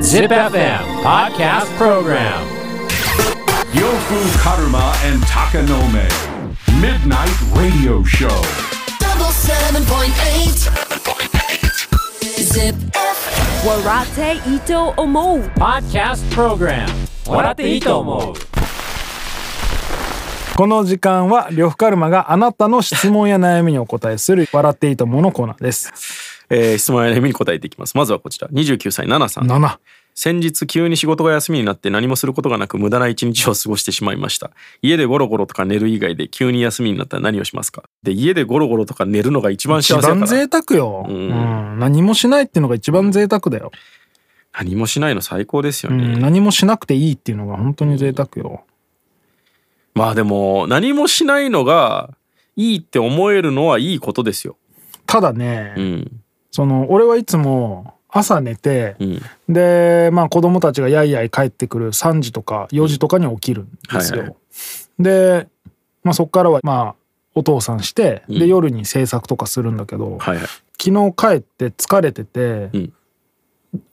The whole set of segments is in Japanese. Zip FM Podcast Program Yofu Karuma and Takanome. Midnight Radio Show. double seven point eight. Zip. Warate Ito Omo. Podcast Program 笑っていいと思うこの時間は呂布カルマがあなたの質問や悩みにお答えする「笑っていいと思う」のコーナーです。えー質問や悩みに答えていきますまずはこちら29歳ナナさん7先日急に仕事が休みになって何もすることがなく無駄な一日を過ごしてしまいました家でゴロゴロとか寝る以外で急に休みになったら何をしますかで家でゴロゴロとか寝るのが一番一幸せだ番か贅ら沢よ、ううんん何もしないっていうのが一番贅沢だよ、何もしないの最高ですようね、ん、何もしなくていいっていうのが本当に贅沢よまあでも何もしないのがいいって思えるのはいいことですよただね、うんその俺はいつも朝寝てう、んでまあ子供たちがやいやい帰ってくる3時とか4時とかに起きるんですよ、はいはで、まあ、そっからはまあお父さんしてでうん夜に制作とかするんだけど、はいはい昨日帰って疲れてて、うん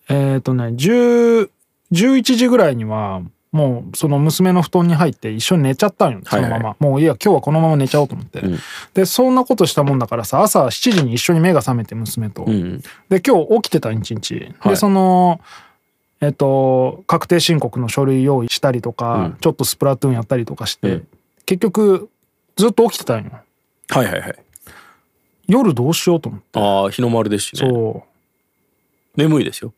えっ、とね10 11時ぐらいにはもうその娘の布団に入って一緒に寝ちゃったんよそのまま、はいもういや今日はこのまま寝ちゃおうと思って、んでそんなことしたもんだからさ朝7時に一緒に目が覚めて娘と、うんで今日起きてた一日、はでいそのえっ、と確定申告の書類用意したりとか、うんちょっとスプラトゥーンやったりとかして、うん結局ずっと起きてたんよはいはいはい夜どうしようと思って、ああ日の丸ですしねそう眠いですよ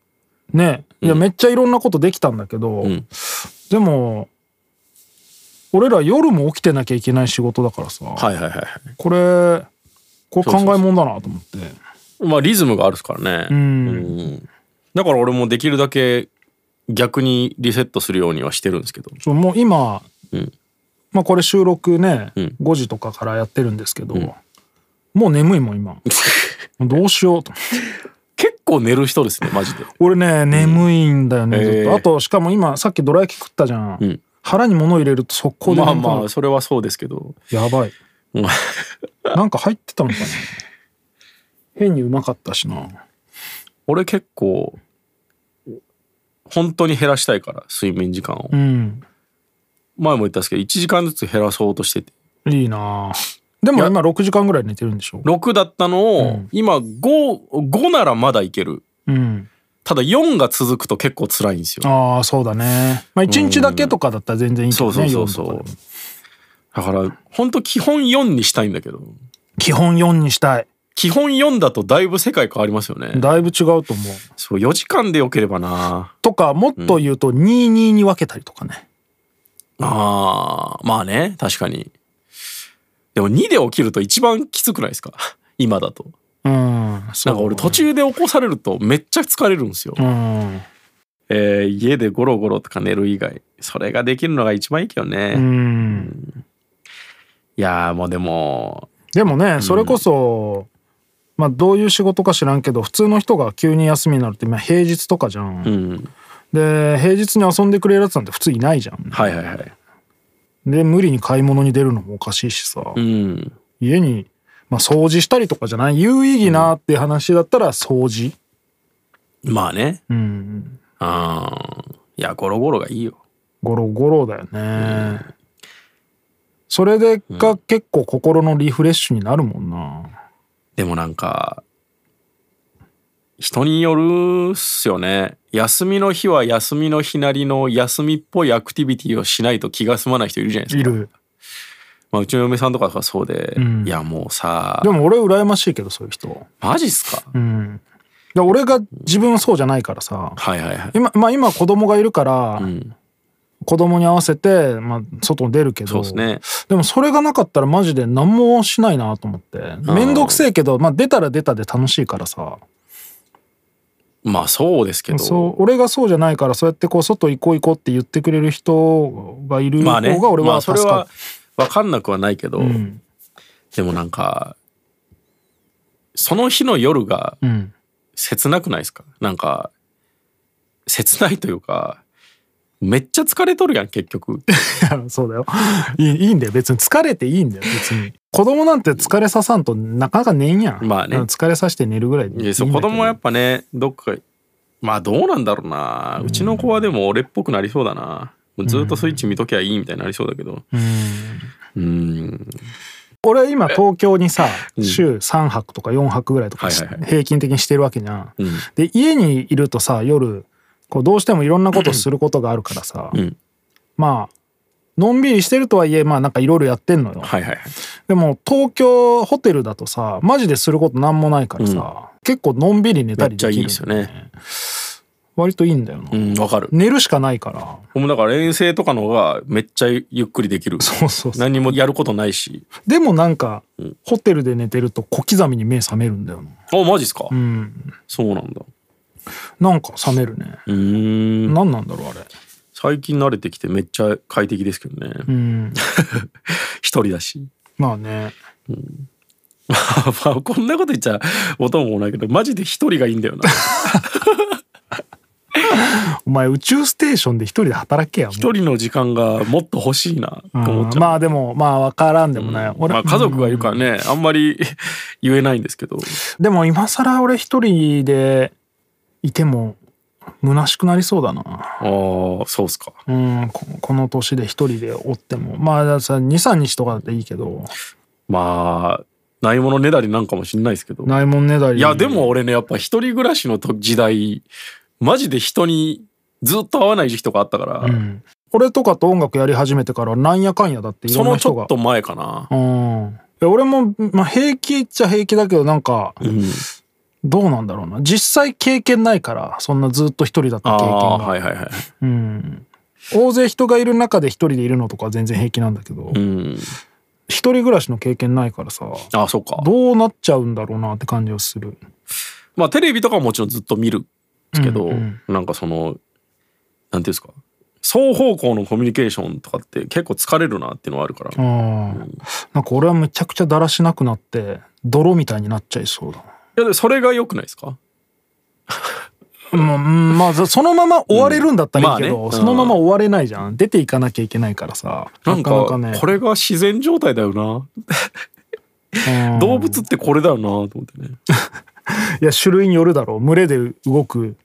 ねいや、うんめっちゃいろんなことできたんだけど、うんでも俺ら夜も起きてなきゃいけない仕事だからさ、はいはいはいはこれこれそうそうそう考えもんだなと思っていまあリズムがあるっすからねうんうんだから俺もできるだけ逆にリセットするようにはしてるんですけどそうもう今、んまあ、これ収録ね、ん5時とかからやってるんですけど、もう眠いもん 今どうしようと思って結構寝る人ですねマジで俺ね眠いんだよね、うんずっえとーあとしかも今さっきどら焼き食ったじゃん、うん腹に物入れると速攻でまあ眠くなる、まあそれはそうですけどやばいうんなんか入ってたのかな変にうまかったしな。俺結構本当に減らしたいから睡眠時間をうん。前も言ったんですけど1時間ずつ減らそうとしてていいなでも今6時間ぐらい寝てるんでしょ6だったのを、うん今 5, 5ならまだいけるうん。ただ4が続くと結構辛いんですよああ、そうだね。まあ1日だけとかだったら全然いいけそどうそね、うそう4そとかでうも。だから本当基本4にしたいんだけど基本4にしたい。基本4だとだいぶ世界変わりますよねだいぶ違うと思う。そう4時間でよければなとか、もっと言うと22に分けたりとかね。あーまあね確かにでも2で起きると一番きつくないですか 今だとうん。そなうんか俺途中で起こされるとめっちゃ疲れるんですよ、うん。えー家でゴロゴロとか寝る以外それができるのが一番いいけどね、うん。いやーもうでもでもね、それこそ、まあどういう仕事か知らんけど、普通の人が急に休みになるって、まあ平日とかじゃん。うんで、平日に遊んでくれるやつなんて普通いないじゃん。はいはいはいで無理に買い物に出るのもおかしいしさ、うん家に、まあ、掃除したりとかじゃない有意義なって話だったら掃除まあねうんあーいやゴロゴロがいいよゴロゴロだよね、それでが結構心のリフレッシュになるもんなでもなんか人によるっすよね休みの日は休みの日なりの休みっぽいアクティビティをしないと気が済まない人いるじゃないですいか、るまあ、うちの嫁さんとかがそうで、んいやもうさでも俺羨ましいけどそういう人マジっすか、うんで俺が自分はそうじゃないからさはいはいはい、今,、まあ、今子供がいるから、うん、子供に合わせて、まあ、外に出るけそうどですねでもそれがなかったらマジで何もしないなと思ってめんどくせえけど、まあ、出たら出たで楽しいからさまあそうですけどそう俺がそうじゃないからそうやってこう外行こう行こうって言ってくれる人がいるまあね方が俺まはあそ助れかはる、分かんなくはないけど、うんでもなんかその日の夜がうん 切なくないですかなんか切ないというかめっちゃ疲れとるやん 結局そうだよいいいいんだよ別に疲れていいんだよ別に子供なんて疲れささんとなかなか寝んやんまあねうん疲れさせて寝るぐらいでいいんいだやけそどう子供はやっぱねどっかまあどうなんだろうなうちの子はでも俺っぽくなりそうだなもうずっとスイッチ見ときゃいいみたいになりそうだけどうん俺は今東京にさん週3泊とか4泊ぐらいとかしはいはいは平均的にしてるわけじゃんうん。で家にいるとさ夜こうどうしてもいろんなことすることがあるからさうんまあのんびりしてるとはいえまあなんかいろいろやってんのよ。はいはいはいでも東京ホテルだとさマジですることなんもないからさ、結構のんびり寝めたっりちゃでいきいるですよね割といいんだよな、うんわかる寝るしかないからもうだから遠征とかの方がめっちゃゆっくりできるそうそうそう何もやることないしでもなんか、ホテルで寝てると小刻みに目覚めるんだよなあマジっすか、うんそうなんだなんか覚めるね、うーん何なんだろうあれ最近慣れてきてめっちゃ快適ですけどね、うん 一人だしまあねまあこんなこと言っちゃ音もないけどマジで一人がいいん だよなお前宇宙ステーションで一人で働けやもう一人の時間がもっと欲しいなと思っちうんゃう、まあでもまあ分からんでもない、俺、まあ、家族がいるうんからね、あんまり 言えないんですけどでも今更俺一人でいても虚しくなりそうだなああそうっすかうんここの年で一人でおってもまあだからさ23日とかだっていいけどまあないものねだりなんかもしんないですけどないもんねだりいやでも俺ねやっぱ一人暮らしのと時代マジで人にずっと会わない時期とかあったから、うん俺とかと音楽やり始めてからなんやかんやだっていそろんなのち人ょがっと前かな、うんいや俺も、まあ、平気っちゃ平気だけどなんかうんどうなんだろうな実際経験ないからそんなずっと一人だったあ経験あが、はいはいはい、うん大勢人がいる中で一人でいるのとかは全然平気なんだけど、うん、一人暮らしの経験ないからさああそうかどうなっちゃうんだろうなって感じはするまあテレビとかはもちろんずっと見るんですけど、うんうんなんかそのなんていうんですか双方向のコミュニケーションとかって結構疲れるなっていうのはあるから、ああなんか俺はめちゃくちゃだらしなくなって泥みたいになっちゃいそうだいやでそれが良くないですかな、うんうんまあそそのまま終われるんだったらいいけど、うんまあねそのまま終われないじゃん出ていかなきゃいけないからさなんかなかなかねこれが自然状態だよな、うん動物ってこれだよなと思ってねいや種類によるだろう群れで動く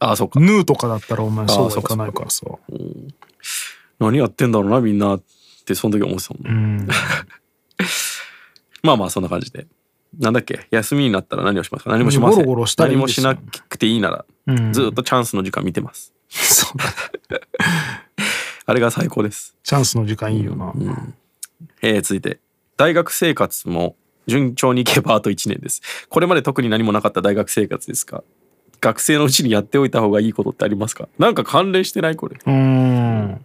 ああそうかヌーとかだったらお前そうはいかないからさ何やってんだろうなみんなってその時思ってたもん、うんまあまあそんな感じでなんだっけ休みになったら何をしますか何もしませゴんロゴロしたらいい何もですしよなくていいなら、んずっとチャンスの時間見てます そうだ あれが最高です、チャンスの時間いいよな、えー続いて大学生活も順調にいけばあと1年です これまで特に何もなかった大学生活ですが学生のうちにやっておいた方がいいことってありますかなんか関連してないこれうん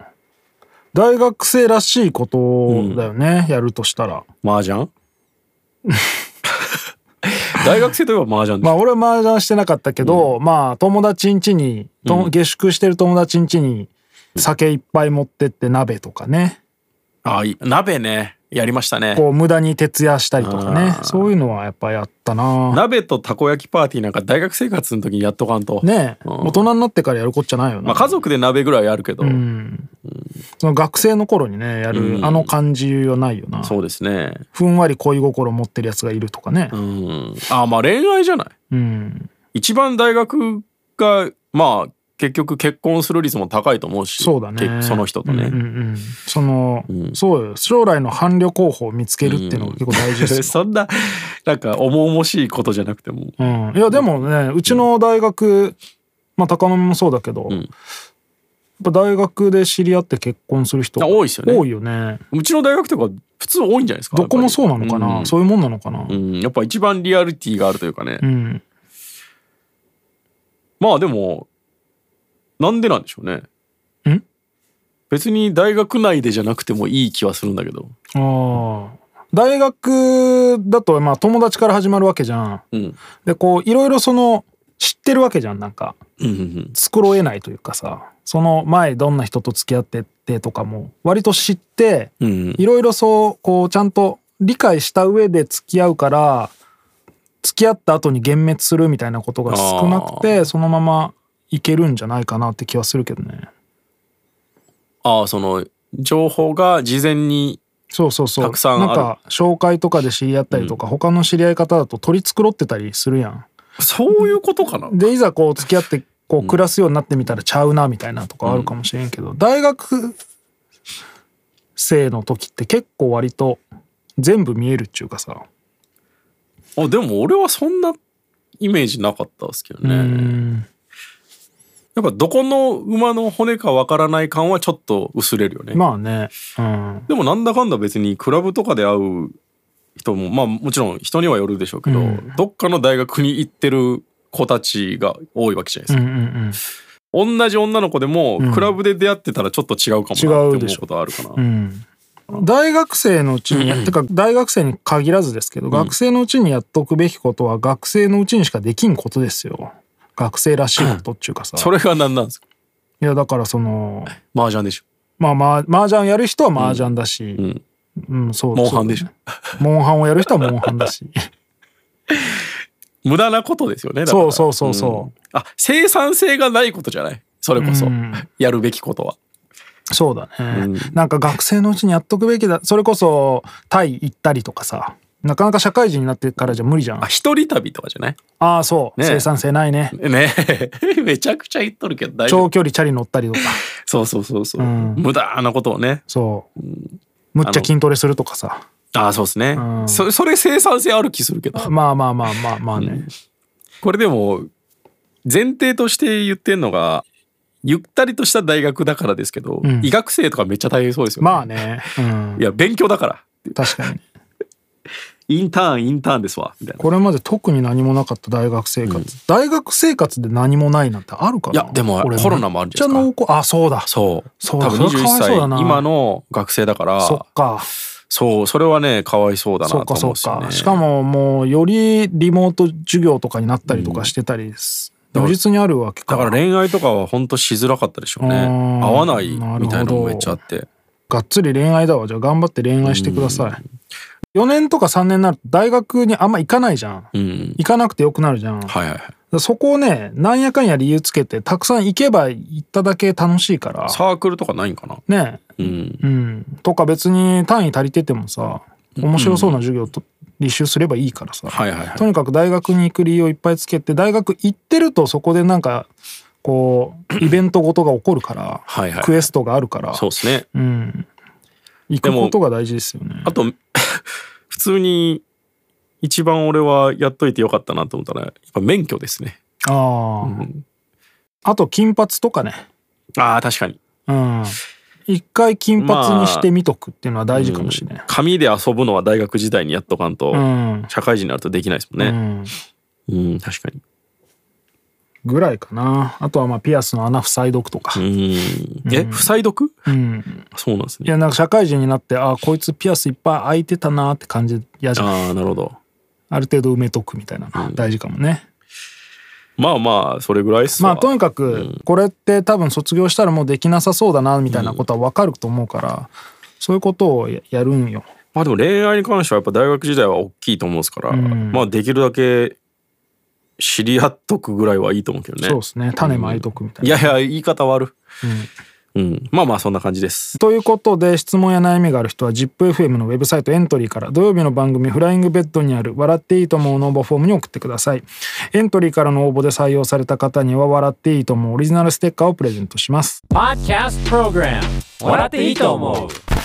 大学生らしいことだよね、やるとしたら麻雀 大学生といえば麻雀でましあょ俺は麻雀してなかったけど、まあ友達ん家にとうん下宿してる友達ん家に酒いっぱい持ってって鍋とかねああいい鍋ねやりましたねこう無駄に徹夜したりとかねあーそういうのはやっぱやったな鍋とたこ焼きパーティーなんか大学生活の時にやっとかんと、ねえうん大人になってからやるこっちゃないよな、まあ、家族で鍋ぐらいあるけど、うんその学生の頃にねやるうんあの感じはないよな、そうですねふんわり恋心持ってるやつがいるとかねうんあまあ恋愛じゃないうん一番大学がまあ結局結婚する率も高いと思うしそうだねけその人とね、うんうんうんその、うんそうよ将来の伴侶候補を見つけるっていうのが結構大事ですよ、 そんななんか重々しいことじゃなくても うん、いやでもねうちの大学、まあ高野もそうだけど、んやっぱ大学で知り合って結婚する人あ多いですよね多いよねうちの大学とか普通多いんじゃないですかどこもそうなのかやっな、ぱりそういうもんなのかなうん、うんやっぱ一番リアリティがあるというかね、うん、まあでもなんでなんでしょうねん別に大学内でじゃなくてもいい気はするんだけどああ大学だとまあ友達から始まるわけじゃんうんでこういろいろその知ってるわけじゃんなんかうんうんうん繕えないというかさその前どんな人と付き合ってってとかも割と知ってうんうんいろいろそうこうちゃんと理解した上で付き合うから付き合った後に幻滅するみたいなことが少なくてそのままいけるんじゃないかなって気はするけどねああその情報が事前にそうそうそうたくさんなあるんか紹介とかで知り合ったりとか、他の知り合い方だと取り繕ってたりするやんそういうことかなでいざこう付き合ってこう暮らすようになってみたらちゃうなみたいなとかあるかもしれんけど、大学生の時って結構割と全部見えるっちゅうかさあでも俺はそんなイメージなかったですけどねやっぱどこの馬の骨かわからない感はちょっと薄れるよね、まあねうんでもなんだかんだ別にクラブとかで会う人もまあもちろん人にはよるでしょうけど、うんどっかの大学に行ってる子たちが多いわけじゃないうですんかう、んうん同じ女の子でもうんクラブで出会ってたらちょっと違うかもなって思違ううでしょことはあるかな、うん大学生のうちにてか大学生に限らずですけど、学生のうちにやっとくべきことは学生のうちにしかできんことですよ学生らしいことっていうかさそれが何なんですかいやだからその麻雀でしょまあまあ麻雀やる人は麻雀だし、うんんそうモンハンでしょそうだねモンハンをやる人はモンハンだし無駄なことですよねだからそうそうそうそうあ生産性がないことじゃないそれこそ、うんやるべきことはそうだね、うんなんか学生のうちにやっとくべきだそれこそタイ行ったりとかさなかなか社会人になってからじゃ無理じゃんあ一人旅とかじゃないああそう、ねえ生産性ないねね めちゃくちゃ言っとるけど大丈夫長距離チャリ乗ったりとかそうそうそうそう、うん無駄なことをね そう、むっちゃ筋トレするとかさああそうですね、うんそそれ生産性ある気するけどまあまあまあまあまあね、これでも前提として言ってんのがゆったりとした大学だからですけど、ん医学生とかめっちゃ大変そうですよ、まあね、うんい、や勉強だから確かにインターンインターンですわみたいなこれまで特に何もなかった大学生活、大学生活で何もないなんてあるかないいやでも俺コロナもあるんじゃないめでっちゃ濃厚あそうだそうそう多だ分それかわいそ21う歳だな今の学生だからそっかそうそれはねかわいそうだなとそっか思そうっかんですよねしかももうよりリモート授業とかになったりとかしてたりです、ん如実にあるわけかだから恋愛とかは本当しづらかったでしょうねうーん合わないみたいなのもめっちゃあってがっつり恋愛だわじゃあ頑張って恋愛してください、4年とか3年になると大学にあんま行かないじゃんうん行かなくてよくなるじゃん、はいはいはいそこをねなんやかんや理由つけてたくさん行けば行っただけ楽しいからサークルとかないんかなねうんうんとか別に単位足りててもさ面白そうな授業と履修すればいいからさ、はいはいはいとにかく大学に行く理由をいっぱいつけて大学行ってるとそこでなんかこ うイベントごとが起こるからはいはいクエストがあるからそうですねうん、行くことが大事ですよねあと 普通に一番俺はやっといてよかったなと思ったらやっぱ免許ですねああ、あと金髪とかねあー確かにうん一回金髪にしてみとくっていうのは大事かもしれない、紙で遊ぶのは大学時代にやっとかんと、うん社会人になるとできないですもうんねうん、確かにぐらいかなあとはまあピアスの穴塞いどくとかう、んえ不採読うん、そうなんですいねやなんか社会人になってあこいつピアスいっぱい開いてたなって感じやじゃんああなるほどある程度埋めとくみたいなの大事かもね、まあまあそれぐらいっすまわあとにかくこれって多分卒業したらもうできなさそうだなみたいなことは分かると思うから、そういうことをややるんよまあでも恋愛に関してはやっぱ大学時代は大きいと思うんですから、んまあできるだけ知り合っとくぐらいはいいと思うけどねそうですね種まいとくみたいいな、やいや言い方悪うん、まあまあそんな感じですということで質問や悩みがある人は ZIPFM のウェブサイトエントリーから土曜日の番組「フライングベッド」にある「笑っていいと思う」の応募フォームに送ってくださいエントリーからの応募で採用された方には「笑っていいと思う」オリジナルステッカーをプレゼントします Podcast Program 笑っていいと思う